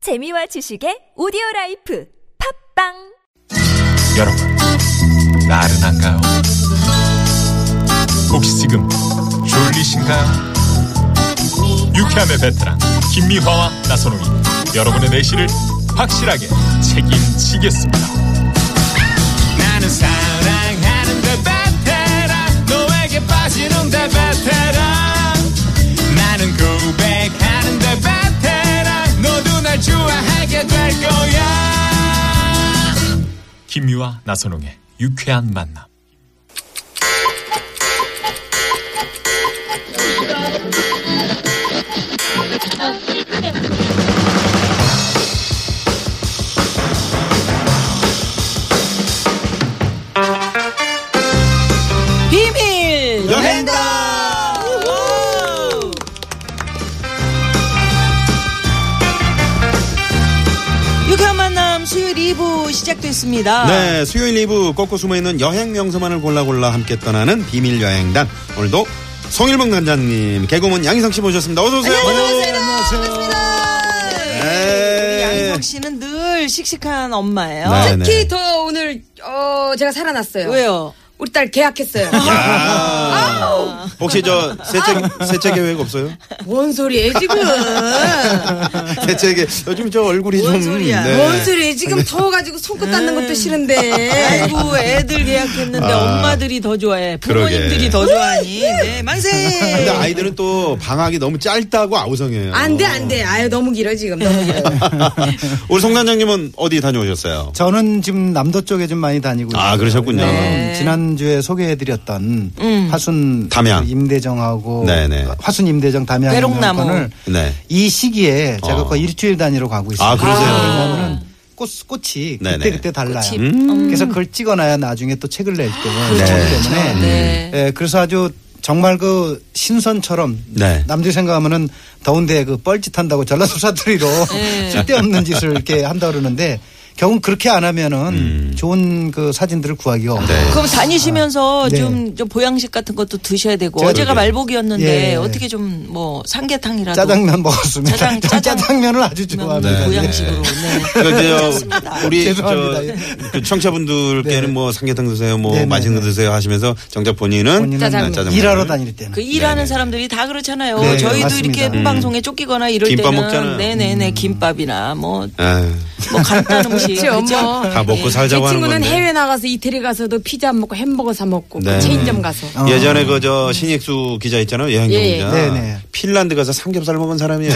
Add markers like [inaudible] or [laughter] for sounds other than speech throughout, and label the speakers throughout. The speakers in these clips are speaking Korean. Speaker 1: 재미와 지식의 오디오 라이프 팝빵
Speaker 2: 여러분, 나른한가요? 혹시 지금 졸리신가요? 유쾌함의 베테랑 김미화와 나선홍이 여러분의 내실을 확실하게 책임지겠습니다.
Speaker 3: 나는 사랑하는데 베테랑 너에게 빠지는데 베테랑 나는 고백하는데 베테랑 너도 날 좋아하게 될 거야
Speaker 2: 김미화 나선홍의 유쾌한 만남.
Speaker 4: 비밀
Speaker 3: 여행다
Speaker 4: 유쾌한 만남 수요일 2부 시작됐습니다.
Speaker 5: 네, 수요일 2부 꺾고 숨어있는 여행 명소만을 골라 골라 함께 떠나는 비밀 여행단. 오늘도 송일봉 단장님, 개그우먼 양희성 씨 모셨습니다. 어서 오세요.
Speaker 4: 안녕하세요. 반갑습니다. 예,
Speaker 5: 네.
Speaker 4: 우리 양희성 씨는 늘 씩씩한 엄마예요.
Speaker 5: 네,
Speaker 6: 특히
Speaker 5: 네.
Speaker 6: 더 오늘 어 제가 살아났어요.
Speaker 4: 왜요?
Speaker 6: 우리 딸 계약했어요.
Speaker 5: 네. 아, 혹시 저 세체 세체
Speaker 4: [laughs]
Speaker 5: 계획 없어요?
Speaker 6: [laughs] 뭔 소리예요 지금?
Speaker 5: 네. 세체 계획. 요즘 저 얼굴이
Speaker 4: 뭔
Speaker 5: 좀. 네.
Speaker 4: 소리야.
Speaker 6: 뭔 소리예요 지금? 더워가지고 손끝 닿는
Speaker 5: 음.
Speaker 6: 것도 싫은데.
Speaker 4: 아이고 애들 계약했는데 엄마들이 더 좋아해.
Speaker 5: 그러게.
Speaker 4: 부모님들이 더 좋아하니. 네, 만세.
Speaker 5: 근데 아이들은 또 방학이 너무 짧다고 아우성해요.
Speaker 6: 안돼 안돼. 아유 너무 길어 지금 너무 길어.
Speaker 5: 우리 송 단장님은 어디 다녀오셨어요?
Speaker 7: 저는 지금 남도 쪽에 좀 많이 다니고 있어요. 네.
Speaker 5: 아, 그러셨군요.
Speaker 7: 지난주에 소개해드렸던 화순 그
Speaker 5: 담양.
Speaker 7: 임대정하고
Speaker 5: 네네.
Speaker 7: 화순 임대정 담양
Speaker 4: 배롱나무.
Speaker 7: 건을
Speaker 5: 네.
Speaker 7: 이 시기에 제가
Speaker 5: 어.
Speaker 7: 거의 일주일 단위로 가고 있어요.
Speaker 5: 아, 그러세요?
Speaker 7: 왜냐면은 꽃, 꽃이
Speaker 5: 네네. 음.
Speaker 7: 그때 그때 달라요. 그래서 그걸 찍어놔야 나중에 또 책을 낼 때. 그렇기 때문에
Speaker 4: 네.
Speaker 7: 예, 그래서 아주 정말 그 신선처럼
Speaker 5: 네.
Speaker 7: 남들 생각하면은 더운데 그 뻘짓한다고 전라도
Speaker 4: [laughs]
Speaker 7: 사투리로
Speaker 4: 네.
Speaker 7: [laughs] 쓸데없는 짓을 이렇게 한다 그러는데 결국 그렇게 안 하면은
Speaker 5: 음.
Speaker 7: 좋은 그 사진들을 구하기가
Speaker 5: 네.
Speaker 7: 어려워요.
Speaker 4: 그럼 다니시면서
Speaker 7: 아, 네.
Speaker 4: 좀, 좀 보양식 같은 것도 드셔야 되고
Speaker 7: 제가
Speaker 4: 어제가
Speaker 7: 그러게요.
Speaker 4: 말복이었는데
Speaker 7: 예.
Speaker 4: 어떻게 좀 뭐 삼계탕이라도
Speaker 7: [laughs] 짜장면 먹었습니다.
Speaker 4: 짜장-
Speaker 7: 저
Speaker 4: 짜장-
Speaker 7: 짜장면을 아주
Speaker 4: 면
Speaker 7: 좋아합니다.
Speaker 4: 보양식으로. 네.
Speaker 5: 그러니까 이제 우리
Speaker 7: 죄송합니다.
Speaker 5: 저, 그 청취자분들께는
Speaker 7: 네.
Speaker 5: 뭐 삼계탕 드세요, 뭐
Speaker 7: 네네네.
Speaker 5: 맛있는 거 드세요 하시면서 정작 본인은, 아,
Speaker 7: 본인은
Speaker 5: 짜장면.
Speaker 7: 네. 일하러 다닐 때는
Speaker 4: 그 일하는
Speaker 5: 네네.
Speaker 4: 사람들이 다 그렇잖아요.
Speaker 7: 네,
Speaker 4: 저희도
Speaker 7: 맞습니다.
Speaker 4: 이렇게 방송에 쫓기거나 이럴
Speaker 5: 김밥
Speaker 4: 때는
Speaker 5: 먹잖아요.
Speaker 4: 네네네 김밥이나 뭐 뭐
Speaker 5: 아유,
Speaker 4: 간단한 음식
Speaker 6: 그렇죠,
Speaker 4: 그렇죠?
Speaker 6: 뭐.
Speaker 5: 다 먹고
Speaker 6: 제
Speaker 5: 살자고 하는
Speaker 6: 친구는
Speaker 5: 건데.
Speaker 6: 해외 나가서 이태리 가서도 피자 안 먹고 햄버거 사 먹고 그
Speaker 5: 네.
Speaker 6: 체인점 가서.
Speaker 5: 예전에 그 저 신익수 기자 있잖아요 여행
Speaker 6: 예,
Speaker 5: 기자
Speaker 7: 어. 예. 네네.
Speaker 5: 핀란드 가서 삼겹살 먹은
Speaker 7: [laughs]
Speaker 5: 사람이에요.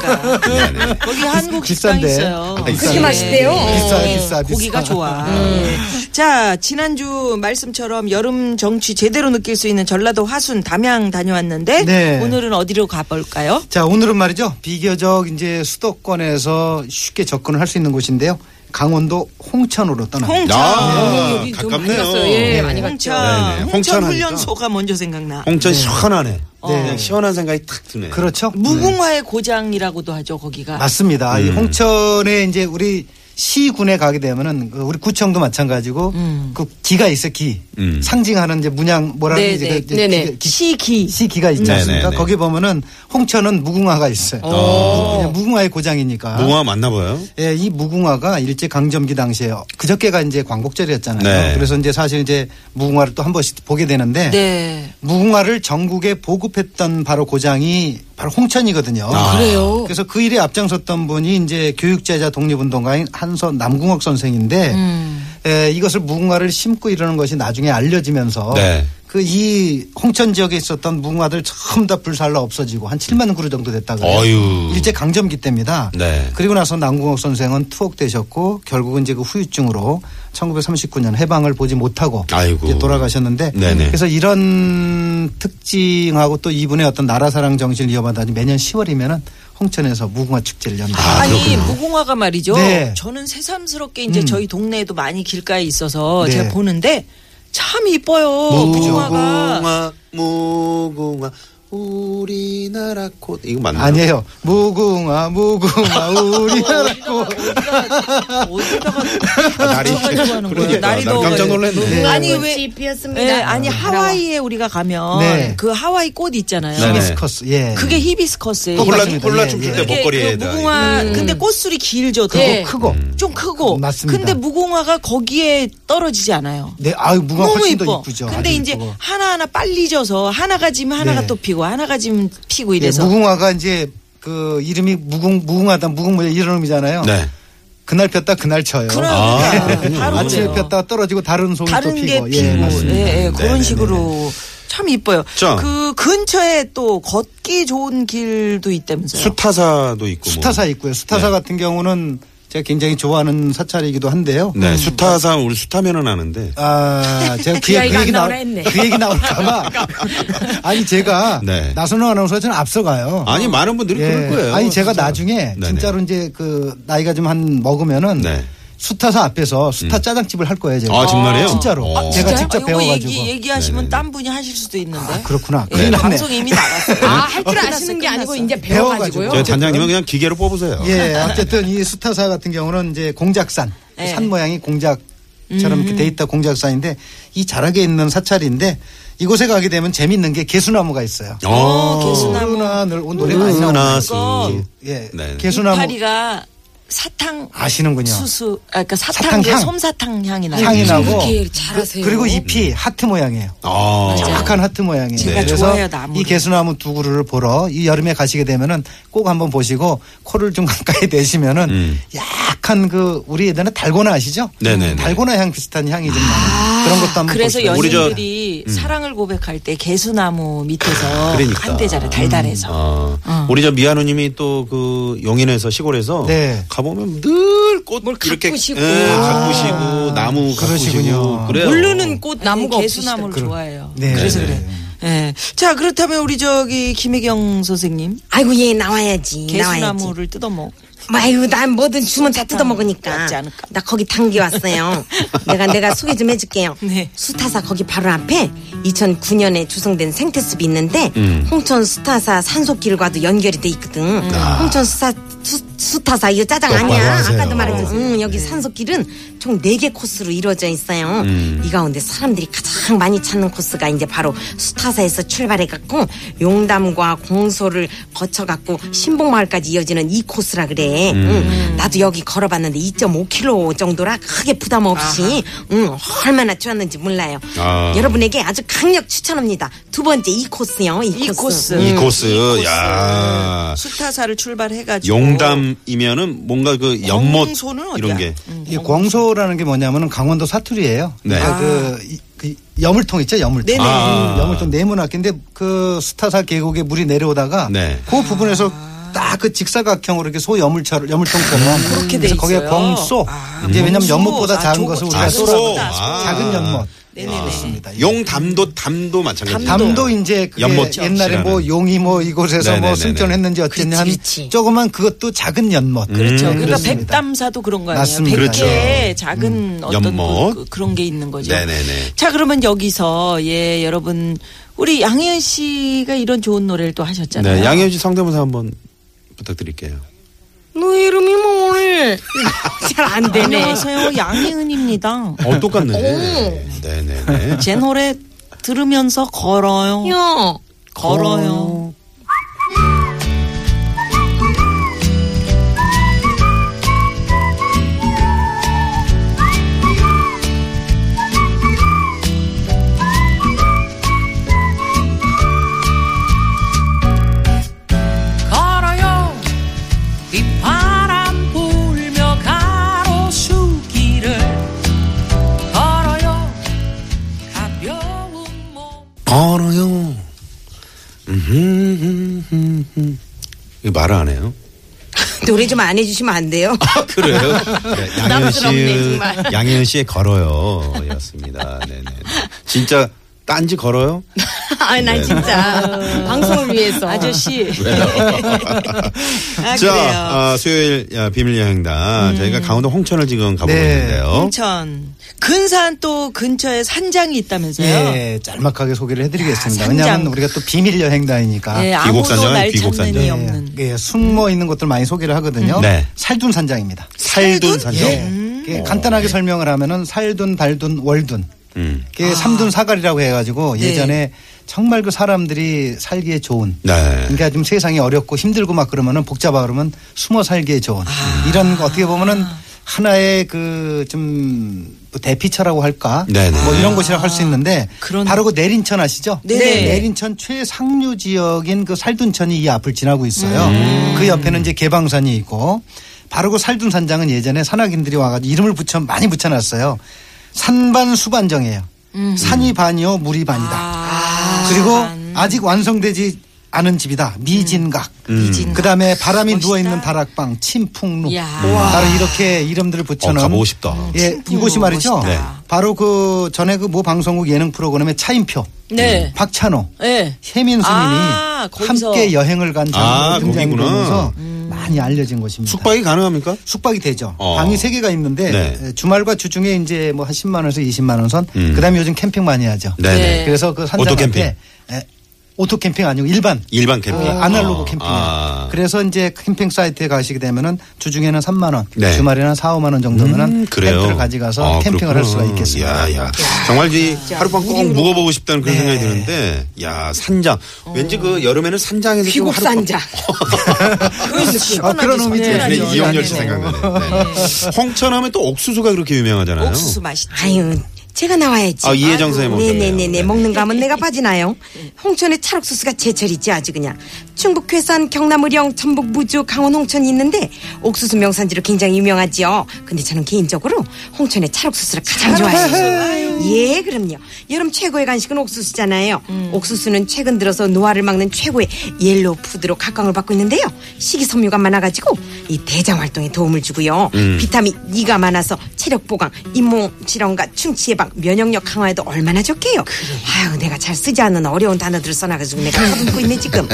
Speaker 5: 네네.
Speaker 4: 거기 한국 식당
Speaker 7: 비싼데.
Speaker 4: 있어요.
Speaker 7: 아,
Speaker 6: 그렇게 맛있대요.
Speaker 7: 비싸,
Speaker 4: 예,
Speaker 7: 비싸, 비싸.
Speaker 4: 고기가 좋아. 네. 자, 지난주 말씀처럼 여름 정취 제대로 느낄 수 있는 전라도 화순 담양 다녀왔는데
Speaker 7: 네.
Speaker 4: 오늘은 어디로 가볼까요?
Speaker 7: 자, 오늘은 말이죠. 비교적 이제 수도권에서 쉽게 접근을 할 수 있는 곳인데요. 강원도 홍천으로 떠납니다.
Speaker 4: 홍천.
Speaker 7: 네.
Speaker 5: 아,
Speaker 6: 어, 여기 좀 많이
Speaker 5: 가깝네요.
Speaker 6: 갔어요. 예, 많이 갔죠.
Speaker 4: 홍천.
Speaker 5: 네네. 홍천
Speaker 4: 홍천
Speaker 5: 하니까.
Speaker 4: 훈련소가 먼저 생각나.
Speaker 5: 홍천 시원하네.
Speaker 7: 네.
Speaker 5: 그냥 시원한 생각이 탁 드네.
Speaker 7: 그렇죠? 네.
Speaker 4: 무궁화의 고장이라고도 하죠 거기가.
Speaker 7: 맞습니다.
Speaker 5: 음.
Speaker 7: 이 홍천에 이제 우리 시군에 가게 되면은 그 우리 구청도 마찬가지고
Speaker 6: 음.
Speaker 7: 그 기가 있어 요 기.
Speaker 5: 음.
Speaker 7: 상징하는 이제 문양 뭐라고
Speaker 6: 네네.
Speaker 7: 이제 그 이제
Speaker 6: 네네.
Speaker 7: 기가- 기-
Speaker 4: 시기.
Speaker 7: 시기가 있지 않습니까?
Speaker 5: 네네네.
Speaker 7: 거기 보면은 홍천은 무궁화가 있어요. 그냥 무궁화의 고장이니까.
Speaker 5: 무화 맞나 봐요.
Speaker 7: 예, 이 무궁화가 일제 강점기 당시에 그저께가 이제 광복절이었잖아요.
Speaker 5: 네.
Speaker 7: 그래서 이제 사실 이제 무궁화를 또 한 번씩 보게 되는데
Speaker 4: 네.
Speaker 7: 무궁화를 전국에 보급했던 바로 고장이 바로 홍천이거든요.
Speaker 6: 아. 그래요.
Speaker 7: 그래서 그 일에 앞장섰던 분이 이제 교육제자 독립운동가인 한서 남궁옥 선생인데
Speaker 6: 음.
Speaker 7: 에, 이것을 무궁화를 심고 이러는 것이 나중에 알려지면서
Speaker 5: 네.
Speaker 7: 그 이 홍천 지역에 있었던 무궁화들 전부 다 불살라 없어지고 한 7만 그루 정도 됐다 그래요.
Speaker 5: 어휴.
Speaker 7: 일제 강점기 때입니다.
Speaker 5: 음. 네.
Speaker 7: 그리고 나서 남궁옥 선생은 투옥되셨고 결국은 이제 그 후유증으로 1939년 해방을 보지 못하고
Speaker 5: 아이고.
Speaker 7: 이제 돌아가셨는데
Speaker 5: 네네.
Speaker 7: 그래서 이런 특징하고 또 이분의 어떤 나라 사랑 정신을 이어받아니 매년 10월이면은 홍천에서 무궁화 축제를 엽니다.
Speaker 4: 아, 니 무궁화가 말이죠.
Speaker 7: 네.
Speaker 4: 저는 새삼스럽게 이제 저희 동네에도 많이 길가에 있어서
Speaker 7: 네.
Speaker 4: 제가 보는데 참 이뻐요. 무궁화가
Speaker 5: 무궁화 무궁화 우리나라 꽃 이거 맞나요?
Speaker 7: 아니에요. 무궁화
Speaker 4: [laughs]
Speaker 7: 무궁화 우리나라 꽃.
Speaker 5: 네,
Speaker 4: 어디다가
Speaker 5: 아, 날이
Speaker 4: 가져가는 거야?
Speaker 5: 그러니까
Speaker 4: 날이
Speaker 5: 나 깜짝
Speaker 4: 더워가지고.
Speaker 5: 놀랐네.
Speaker 4: 아니,
Speaker 6: 아니
Speaker 4: 왜-
Speaker 6: 왜 예, 피었습니다.
Speaker 4: 네, 아니 하와이에 우리가 가면
Speaker 7: 네.
Speaker 4: 그 하와이 꽃 있잖아요.
Speaker 5: 네.
Speaker 7: 히비스커스. 예.
Speaker 4: 그게 히비스커스예요.
Speaker 5: 콜라
Speaker 7: 똑같습니다.
Speaker 5: 콜라
Speaker 7: 예,
Speaker 5: 춤출
Speaker 7: 예.
Speaker 5: 때
Speaker 4: 이게
Speaker 5: 목걸이에다.
Speaker 4: 그 무궁화 근데 꽃술이 길죠.
Speaker 7: 크고
Speaker 4: 네.
Speaker 7: 크고.
Speaker 5: 음.
Speaker 4: 좀 크고
Speaker 7: 맞습니다.
Speaker 4: 근데 무궁화가 거기에 떨어지지 않아요.
Speaker 7: 네, 아유 무궁화
Speaker 4: 너무
Speaker 7: 훨씬 더
Speaker 4: 이뻐.
Speaker 7: 이쁘죠.
Speaker 4: 근데
Speaker 7: 아주
Speaker 4: 이제
Speaker 7: 이쁘고.
Speaker 4: 하나하나 빨리 져서 하나가 지면 하나가
Speaker 7: 네.
Speaker 4: 또 피고 하나가 지면 피고
Speaker 7: 예,
Speaker 4: 이래서
Speaker 7: 무궁화가 이제 그 이름이 무궁 무궁화다 무궁무자 이런 의미잖아요.
Speaker 5: 네.
Speaker 7: 그날 폈다 그날 쳐요.
Speaker 4: 그러니까 바로
Speaker 7: 아, 네. 아침에
Speaker 4: 그래요.
Speaker 7: 폈다 떨어지고 다른 송이 또
Speaker 4: 다른
Speaker 7: 피고.
Speaker 4: 게
Speaker 7: 예,
Speaker 4: 피고
Speaker 7: 맞습니다.
Speaker 4: 예, 예,
Speaker 5: 네네네.
Speaker 4: 그런 식으로 참 이뻐요.
Speaker 5: 자.
Speaker 4: 그 근처에 또 걷기 좋은 길도 있다면서요.
Speaker 5: 수타사도 있고 뭐.
Speaker 7: 수타사 있고요. 수타사
Speaker 5: 네.
Speaker 7: 같은 경우는 제가 굉장히 좋아하는 사찰이기도 한데요.
Speaker 5: 네, 수타사 우리 수타면은 아는데.
Speaker 7: 아, 제가 그,
Speaker 6: 그
Speaker 7: 얘-
Speaker 6: 아이가
Speaker 7: 그 얘기
Speaker 6: 안
Speaker 7: 나올
Speaker 6: 나오라 했네.
Speaker 7: 그 얘기 나올까봐. 아니 제가
Speaker 5: 네.
Speaker 7: 나선호 아나운서가 저는 앞서가요.
Speaker 5: 아니 많은 분들이
Speaker 7: 예.
Speaker 5: 그럴 거예요.
Speaker 7: 아니 제가
Speaker 5: 진짜.
Speaker 7: 나중에
Speaker 5: 네네.
Speaker 7: 진짜로 이제 그 나이가 좀 한 먹으면은
Speaker 5: 네. 음.
Speaker 7: 수타사 앞에서 수타 짜장집을 할 거예요. 제가.
Speaker 5: 아 정말이에요?
Speaker 7: 진짜로.
Speaker 5: 어.
Speaker 7: 제가
Speaker 4: 진짜요?
Speaker 7: 직접
Speaker 4: 아, 이거
Speaker 7: 배워가지고. 아,
Speaker 4: 얘기, 얘기하시면 딴 분이 하실 수도 있는데.
Speaker 7: 그렇구나.
Speaker 4: 예,
Speaker 7: 큰일 났네.
Speaker 4: 방송 이미 나갔어요.
Speaker 6: 아 할 줄
Speaker 4: 끝났어,
Speaker 6: 아시는 게 아니고
Speaker 4: 끝났어.
Speaker 6: 이제
Speaker 7: 배워가지고요.
Speaker 6: 배워가지고요.
Speaker 5: 저희 네, 단장님은 그냥 기계로 뽑으세요.
Speaker 7: 예, 어쨌든 이 수타사 같은 경우는 이제 공작산
Speaker 4: 예.
Speaker 7: 산 모양이 공작처럼
Speaker 4: 음.
Speaker 7: 이렇게 돼 있다 공작산인데 이 자락에 있는 사찰인데 이곳에 가게 되면 재밌는 게 개수나무가 있어요.
Speaker 4: 어, 개수나무.
Speaker 7: 으나 늘 오, 노래 많이 나오는
Speaker 5: 은하수.
Speaker 7: 예,
Speaker 5: 네.
Speaker 7: 개수나무
Speaker 4: 이파리가 사탕
Speaker 7: 아시는군요.
Speaker 4: 수수, 아, 그러니까 사탕,
Speaker 7: 사탕 향.
Speaker 4: 솜사탕 향이 나요.
Speaker 7: 향이 나고
Speaker 6: 이렇게 잘하세요.
Speaker 7: 그리고
Speaker 5: 음.
Speaker 7: 잎이 하트 모양이에요.
Speaker 5: 아.
Speaker 7: 정확한 하트 모양이에요.
Speaker 4: 어. 제가 좋아해요, 나무를.
Speaker 7: 이 개수나무 두 그루를 보러 이 여름에 가시게 되면은 꼭 한번 보시고 코를 좀 [laughs] 가까이 대시면은
Speaker 5: 음.
Speaker 7: 약한 그 우리 예전에 달고나 아시죠?
Speaker 5: 네네네.
Speaker 7: 달고나 향 비슷한 향이 좀 나는 그런 것도 한번
Speaker 4: 아. 그래서
Speaker 7: 보시고.
Speaker 5: 우리 저-
Speaker 4: 연인들이 사랑을 고백할 때 개수나무 밑에서
Speaker 5: 그러니까.
Speaker 4: 한대잖아요 달달해서.
Speaker 5: 아, 우리 저 미아누님이 또 그 용인에서 시골에서
Speaker 7: 어. 네. 아.
Speaker 5: 가보면 늘 꽃 이렇게
Speaker 6: 가꾸시고.
Speaker 5: 예, 가꾸시고 나무 가꾸시고
Speaker 7: 그러시군요.
Speaker 5: 그래요.
Speaker 6: 모르는 꽃
Speaker 4: 나무
Speaker 6: 나무가
Speaker 4: 네, 개수나무를
Speaker 6: 없으시더라고요.
Speaker 4: 좋아해요.
Speaker 7: 네.
Speaker 4: 그래서
Speaker 7: 네.
Speaker 4: 그래. 예. 자 그렇다면 우리 저기 김혜경 선생님
Speaker 6: 아이고 얘 나와야지. 나와야지.
Speaker 4: 개수나무를 뜯어 먹.
Speaker 6: 아유, 난 뭐든 주면 다
Speaker 4: 수타는
Speaker 6: 뜯어 먹으니까.
Speaker 4: 낫지 않을까?
Speaker 6: 나 거기 당겨
Speaker 4: [laughs]
Speaker 6: 왔어요. 내가 내가 소개 좀 해줄게요.
Speaker 4: 네.
Speaker 6: 수타사 거기 바로 앞에 2009년에 조성된 생태숲이 있는데 홍천 수타사 산속길과도 연결이 돼 있거든. 홍천 수타 수, 타사 이거 짜장 아니야. 아까도 말했죠. 음, 여기 산속길은 총 4개 코스로 이루어져 있어요. 이 가운데 사람들이 가장 많이 찾는 코스가 이제 바로 수타사에서 출발해 갖고 용담과 공소를 거쳐 갖고 신봉마을까지 이어지는 이 코스라 그래.
Speaker 5: 음.
Speaker 6: 응. 나도 여기 걸어봤는데 2.5km 정도라 크게 부담 없이 응, 얼마나 좋았는지 몰라요.
Speaker 5: 아.
Speaker 6: 여러분에게 아주 강력 추천합니다. 두 번째 이 코스요. 이
Speaker 4: 이
Speaker 6: 코스.
Speaker 4: 코스.
Speaker 5: 이
Speaker 6: 음.
Speaker 5: 코스, 야
Speaker 4: 수타사를 출발해가지고
Speaker 5: 용담이면은 뭔가 그 연못
Speaker 4: 공소는 어, 어디야?
Speaker 5: 이런 게
Speaker 4: 음,
Speaker 7: 이 광소라는 게 뭐냐면은 강원도 사투리예요.
Speaker 5: 네.
Speaker 7: 그러니까 그, 이- 그 염물통 있죠, 염물통.
Speaker 4: 네네.
Speaker 5: 아.
Speaker 7: 음, 염물통 네모나게인데 그 스타사 계곡에 물이 내려오다가
Speaker 5: 네.
Speaker 7: 그 부분에서 딱 그 직사각형으로 이렇게 소 염물처럼 염물통처럼
Speaker 4: 음,
Speaker 7: 음,
Speaker 4: 그렇게 돼
Speaker 7: 그래서 거기에
Speaker 4: 있어요.
Speaker 7: 광소.
Speaker 4: 아,
Speaker 7: 이제 왜냐면
Speaker 4: 광소.
Speaker 7: 연못보다
Speaker 4: 아,
Speaker 7: 작은
Speaker 4: 조-
Speaker 7: 것을
Speaker 5: 아,
Speaker 7: 우리가
Speaker 5: 소.
Speaker 7: 소라고 해요.
Speaker 5: 아.
Speaker 7: 작은 연못.
Speaker 4: 네네네.
Speaker 7: 그렇습니다.
Speaker 5: 용담도 담도 마찬가지.
Speaker 7: 담도 이제 그게
Speaker 5: 아. 연못처럼
Speaker 7: 옛날에 뭐
Speaker 5: 지나는.
Speaker 7: 용이 뭐 이곳에서
Speaker 5: 네네네네.
Speaker 7: 뭐 승천했는지 어쨌냐 한
Speaker 6: 그렇지, 그렇지.
Speaker 7: 조그만 그것도 작은 연못.
Speaker 5: 음,
Speaker 4: 그렇죠. 그러니까
Speaker 7: 음, 그렇습니다.
Speaker 4: 백담사도 그런 거 아니에요.
Speaker 7: 맞습니다.
Speaker 4: 백개의 작은 어떤
Speaker 5: 연못.
Speaker 4: 그, 런게 있는 거죠.
Speaker 5: 네네네.
Speaker 4: 자 그러면 여기서 예 여러분 우리 양현 씨가 이런 좋은 노래를 또 하셨잖아요.
Speaker 5: 네, 양현 씨 성대모사 한번 부탁드릴게요.
Speaker 6: 너 이름이 [laughs] 뭐래? 잘 안 되네.
Speaker 4: 안녕하세요 양희은입니다.
Speaker 5: 어 똑같네. 네네네.
Speaker 4: 제 노래 들으면서 걸어요.
Speaker 6: 야.
Speaker 4: 걸어요.
Speaker 8: 걸어요 빗바람 불며 가로수길을 걸어요 가벼운 몸
Speaker 5: 걸어요. 음흠, 음흠, 음흠. 이거 말을 안 해요.
Speaker 6: 노래 좀 안 해주시면 안 돼요?
Speaker 5: 아, 그래요? 네, 양현
Speaker 6: 부담스럽네,
Speaker 5: 씨,
Speaker 6: 정말.
Speaker 5: 양현 씨의 걸어요. 였습니다. 네네. 어. 진짜 딴지 걸어요?
Speaker 6: [laughs] 아, 난 진짜 방송을 위해서
Speaker 4: 아저씨. 아, 그래요.
Speaker 5: 자, 어, 수요일 야, 비밀 여행단 저희가 강원도 홍천을 지금 가보고
Speaker 7: 네.
Speaker 5: 있는데요.
Speaker 4: 홍천 근산 또 근처에 산장이 있다면서요?
Speaker 7: 예, 짤막하게 소개를 해드리겠습니다.
Speaker 4: 아,
Speaker 7: 왜냐하면
Speaker 4: 산장.
Speaker 7: 우리가 또 비밀 여행단이니까.
Speaker 4: 예, 아무도
Speaker 5: 귀곡산장은
Speaker 4: 날 찾는
Speaker 5: 귀곡산장.
Speaker 4: 이
Speaker 5: 예.
Speaker 4: 없는.
Speaker 7: 예, 숨어 있는 곳들 많이 소개를 하거든요.
Speaker 5: 음. 네.
Speaker 7: 살둔 산장입니다.
Speaker 5: 살둔 어, 산정.
Speaker 7: 예.
Speaker 4: 음.
Speaker 7: 이게 간단하게 설명을 하면은 살둔, 발둔, 월둔.
Speaker 5: 음.
Speaker 7: 이게 삼둔 사갈이라고 해가지고
Speaker 4: 아. 네.
Speaker 7: 예전에 정말 그 사람들이 살기에 좋은.
Speaker 5: 네.
Speaker 7: 그러니까 좀 세상이 어렵고 힘들고 막 그러면은 복잡하고 그러면 숨어 살기에 좋은.
Speaker 4: 아.
Speaker 7: 이런 거 어떻게 보면은 하나의 그좀 대피처라고 할까?
Speaker 5: 네네.
Speaker 7: 뭐 이런 곳이라 고 할 수 있는데
Speaker 4: 그런-
Speaker 7: 바로 그 내린천 아시죠?
Speaker 4: 네.
Speaker 7: 내린천 최상류 지역인 그 살둔천이 이 앞을 지나고 있어요.
Speaker 4: 음.
Speaker 7: 그 옆에는 이제 개방산이 있고 바로 그 살둔 산장은 예전에 산악인들이 와가지고 이름을 붙여 많이 붙여놨어요. 산반 수반정이에요.
Speaker 4: 음.
Speaker 7: 산이 반이요 물이 반이다.
Speaker 4: 아.
Speaker 7: 그리고 아직 완성되지 않은 집이다. 미진각.
Speaker 4: 미진각.
Speaker 7: 그다음에 바람이
Speaker 4: 멋있다.
Speaker 7: 누워있는 다락방 침풍루.
Speaker 4: 이야.
Speaker 7: 바로 이렇게 이름들을
Speaker 5: 어,
Speaker 7: 붙여놓은
Speaker 5: 가보고 싶다.
Speaker 7: 예,
Speaker 4: 친풍
Speaker 7: 이곳이 말이죠.
Speaker 4: 멋있다. 네.
Speaker 7: 바로 그 전에 그 모 방송국 예능 프로그램의 차인표,
Speaker 4: 네.
Speaker 7: 박찬호,
Speaker 4: 예.
Speaker 7: 최민수님이
Speaker 4: 아, 거기서. 음.
Speaker 7: 함께 여행을 간
Speaker 5: 아,
Speaker 7: 장소로 굉장히
Speaker 5: 거기구나.
Speaker 7: 되면서 많이 알려진 곳입니다.
Speaker 5: 숙박이 가능합니까?
Speaker 7: 숙박이 되죠.
Speaker 5: 어.
Speaker 7: 방이 세 개가 있는데
Speaker 5: 네.
Speaker 7: 에, 주말과 주중에 이제 뭐 한 10만 원에서 20만 원 선.
Speaker 5: 음.
Speaker 7: 그다음에 요즘 캠핑 많이 하죠.
Speaker 5: 네네. 네.
Speaker 7: 그래서 그 산장
Speaker 5: 오토 캠핑.
Speaker 7: 앞에 에, 오토 캠핑 아니고 일반
Speaker 5: 일반 캠핑.
Speaker 7: 어, 아날로그
Speaker 5: 어,
Speaker 7: 캠핑.
Speaker 5: 아.
Speaker 7: 그래서 이제 캠핑 사이트에 가시게 되면은 주중에는 3만 원,
Speaker 5: 네.
Speaker 7: 주말에는 4, 5만 원 정도면은
Speaker 5: 음, 그래요.
Speaker 7: 텐트를 가져가서
Speaker 5: 아,
Speaker 7: 캠핑을 할 수가
Speaker 5: 그렇구나.
Speaker 7: 있겠습니다. 네.
Speaker 5: 야, 야. 정말 이 하룻밤 꼭 묵어보고 싶다는 그런 생각이 드는데, 야 산장. 왠지 그 여름에는 산장에서 좀
Speaker 6: 귀국
Speaker 5: 하룻밤-
Speaker 6: 산장.
Speaker 7: 아, 그런 의미지.
Speaker 5: 네,
Speaker 4: 시원하죠.
Speaker 5: 네, 이영렬 씨 생각나네. 네. 홍천하면 또 옥수수가 그렇게 유명하잖아요.
Speaker 4: 옥수수 맛있죠.
Speaker 6: 아유, 제가 나와야지.
Speaker 5: 아, 이혜정 선생님 오셨네요.
Speaker 6: 네네네네.
Speaker 5: 네.
Speaker 6: 먹는 거 하면 내가 빠지나요? 홍천의 찰옥수수가 제철이지 아주 그냥. 충북 괴산, 경남 의령, 전북 무주, 강원 홍천이 있는데 옥수수 명산지로 굉장히 유명하지요. 근데 저는 개인적으로 홍천의 찰옥수수를 가장 좋아해요. 예, 그럼요. 여름 최고의 간식은 옥수수잖아요. 옥수수는 최근 들어서 노화를 막는 최고의 옐로우 푸드로 각광을 받고 있는데요. 식이섬유가 많아가지고 이 대장 활동에 도움을 주고요. 비타민 E가 많아서 체력 보강, 잇몸 질환과 충치 예방, 면역력 강화에도 얼마나 좋게요. 아유, 내가 잘 쓰지 않는 어려운 단어들을 써놔가지고 내가 다듬고 있네 지금.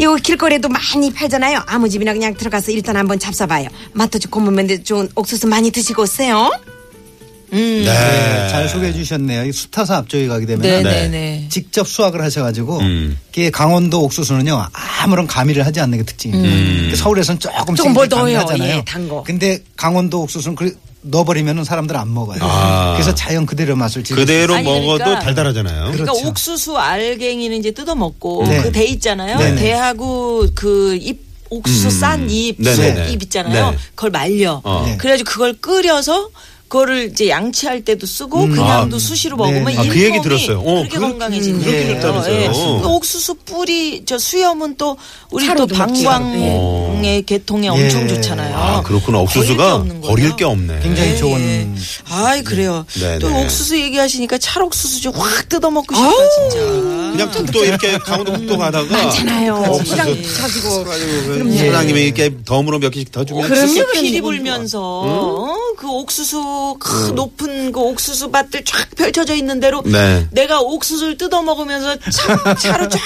Speaker 6: 이거 길거리에도 많이 팔잖아요. 아무 집이나 그냥 들어가서 일단 한번 잡숴봐요. 맛도 좋고 몸에 좋은 옥수수 많이 드시고 오세요.
Speaker 5: 예.
Speaker 7: 네, 잘 소개해 주셨네요. 이 수타사 앞쪽에 가게 되면
Speaker 4: 네,
Speaker 7: 은
Speaker 4: 네,
Speaker 5: 네.
Speaker 4: 네.
Speaker 7: 직접 수확을 하셔가지고
Speaker 5: 음.
Speaker 7: 이게 강원도 옥수수는요 아무런 가미를 하지 않는 게 특징입니다. 서울에선 조금
Speaker 6: 조금 뭘 넣어요.
Speaker 7: 가미하잖아요.
Speaker 6: 예, 단 거.
Speaker 7: 근데 강원도 옥수수는 그 넣어버리면 사람들 안 먹어요.
Speaker 5: 아.
Speaker 7: 그래서 자연 그대로 맛을 즐길 수
Speaker 5: 그대로
Speaker 4: 아니,
Speaker 5: 먹어도
Speaker 4: 그러니까-
Speaker 5: 달달하잖아요.
Speaker 4: 그러니까
Speaker 7: 그렇죠.
Speaker 4: 옥수수 알갱이는 이제 뜯어 먹고
Speaker 7: 네.
Speaker 4: 그 대 있잖아요.
Speaker 7: 네네.
Speaker 4: 대하고 그 잎 옥수수 싼 잎,
Speaker 5: 음. 네네네.
Speaker 4: 잎 있잖아요.
Speaker 5: 네.
Speaker 4: 그걸 말려.
Speaker 5: 어.
Speaker 7: 네.
Speaker 4: 그래가지고 그걸 끓여서 그거를 이제 양치할 때도 쓰고 그냥도
Speaker 5: 아.
Speaker 4: 수시로
Speaker 7: 네.
Speaker 4: 먹으면
Speaker 7: 아,
Speaker 5: 그
Speaker 4: 잇몸이
Speaker 5: 얘기 들었어요. 어,
Speaker 4: 그렇게
Speaker 5: 그거-
Speaker 4: 건강해지는
Speaker 5: 그렇게
Speaker 4: 거예요.
Speaker 5: 좋다면서요. 어.
Speaker 4: 예.
Speaker 5: 맞습니다.
Speaker 4: 그 옥수수 뿌리 저 수염은 또 우리 또
Speaker 6: 차로도 먹기가
Speaker 4: 방광의 계통에 엄청
Speaker 7: 예.
Speaker 4: 좋잖아요.
Speaker 5: 어. 아, 그렇구나. 옥수수가 버릴 게 없네.
Speaker 7: 굉장히 좋은
Speaker 4: 아, 그래요.
Speaker 5: 네,
Speaker 4: 또
Speaker 5: 네.
Speaker 4: 옥수수 얘기하시니까 찰옥수수 좀 확 뜯어 먹고 싶다 진짜.
Speaker 5: 그냥 국도 이렇게 강원도 국도 가다가
Speaker 6: 많잖아요.
Speaker 5: 옥수수
Speaker 6: 포장 사시고.
Speaker 5: 그래가지고 사장님이 이렇게 덤으로 몇 개씩 더 주면
Speaker 4: 옥수수 피리
Speaker 5: 음?
Speaker 4: 불면서 어? 그 옥수수 크, 높은 그 옥수수 밭들 쫙 펼쳐져 있는 대로
Speaker 5: 네.
Speaker 4: 내가 옥수수를 뜯어 먹으면서 [laughs] 차, 차로 쫙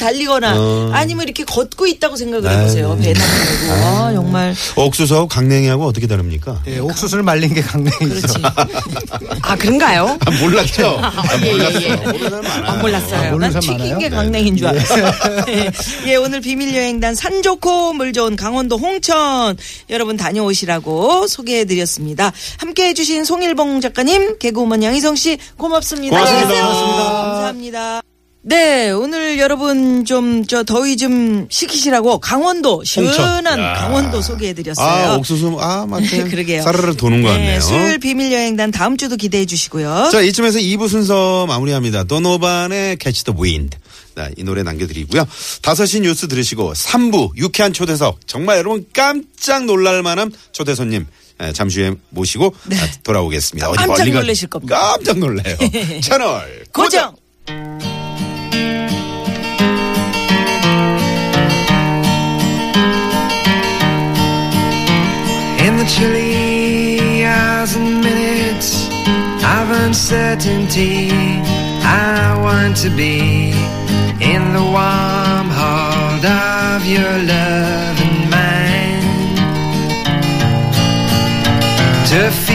Speaker 4: 달리거나
Speaker 5: 어.
Speaker 4: 아니면 이렇게 걷고 있다고 생각을
Speaker 5: 네,
Speaker 4: 해보세요 배낭 들고 아, 정말
Speaker 5: 옥수수하고 강냉이하고 어떻게 다릅니까?
Speaker 7: 예, 옥수수를 말린 게 강냉이죠.
Speaker 6: 아, 그런가요?
Speaker 5: 아,
Speaker 7: 그렇죠.
Speaker 5: 몰랐죠? 아, 몰랐어.
Speaker 6: 예, 예.
Speaker 5: 모르는 사람 많아.
Speaker 6: 안 몰랐어요.
Speaker 7: 모르는
Speaker 4: 난
Speaker 7: 사람
Speaker 4: 튀긴
Speaker 7: 많아요.
Speaker 4: 게 강냉인 줄 알았어요. 예. 예, 오늘 비밀 여행단 산 좋고 물 좋은 강원도 홍천 여러분 다녀오시라고 소개해드렸습니다. 함께해주신 송일봉 작가님, 개그우먼 양희성 씨 고맙습니다.
Speaker 5: 고맙습니다.
Speaker 4: 안녕히 계세요.
Speaker 5: 고맙습니다.
Speaker 4: 감사합니다. 네, 오늘 여러분 좀 저 더위 좀 식히시라고 강원도 시원한
Speaker 5: 야.
Speaker 4: 강원도 소개해드렸어요.
Speaker 5: 아, 옥수수, 아,
Speaker 4: [laughs]
Speaker 5: 맞네.
Speaker 4: 그러게요.
Speaker 5: 사르르 도는 것
Speaker 4: 네,
Speaker 5: 같네요.
Speaker 4: 뭐- 수요일 비밀 여행단 다음 주도 기대해 주시고요.
Speaker 5: 자, 이쯤에서 2부 순서 마무리합니다. 도노반의 Catch the Wind. 네, 이 노래 남겨드리고요. 5시 뉴스 들으시고 3부 유쾌한 초대석. 정말 여러분 깜짝 놀랄만한 초대 손님. 에, 잠시 후에 모시고 아, 돌아오겠습니다. 어디
Speaker 4: 네. 깜짝
Speaker 5: 멀리 가-
Speaker 4: 놀라실 겁니다.
Speaker 5: 깜짝 놀래요.
Speaker 4: [laughs]
Speaker 5: 채널
Speaker 4: 고정!
Speaker 9: In the chilly hours and minutes of uncertainty, I want to be in the warm heart of your loving mind to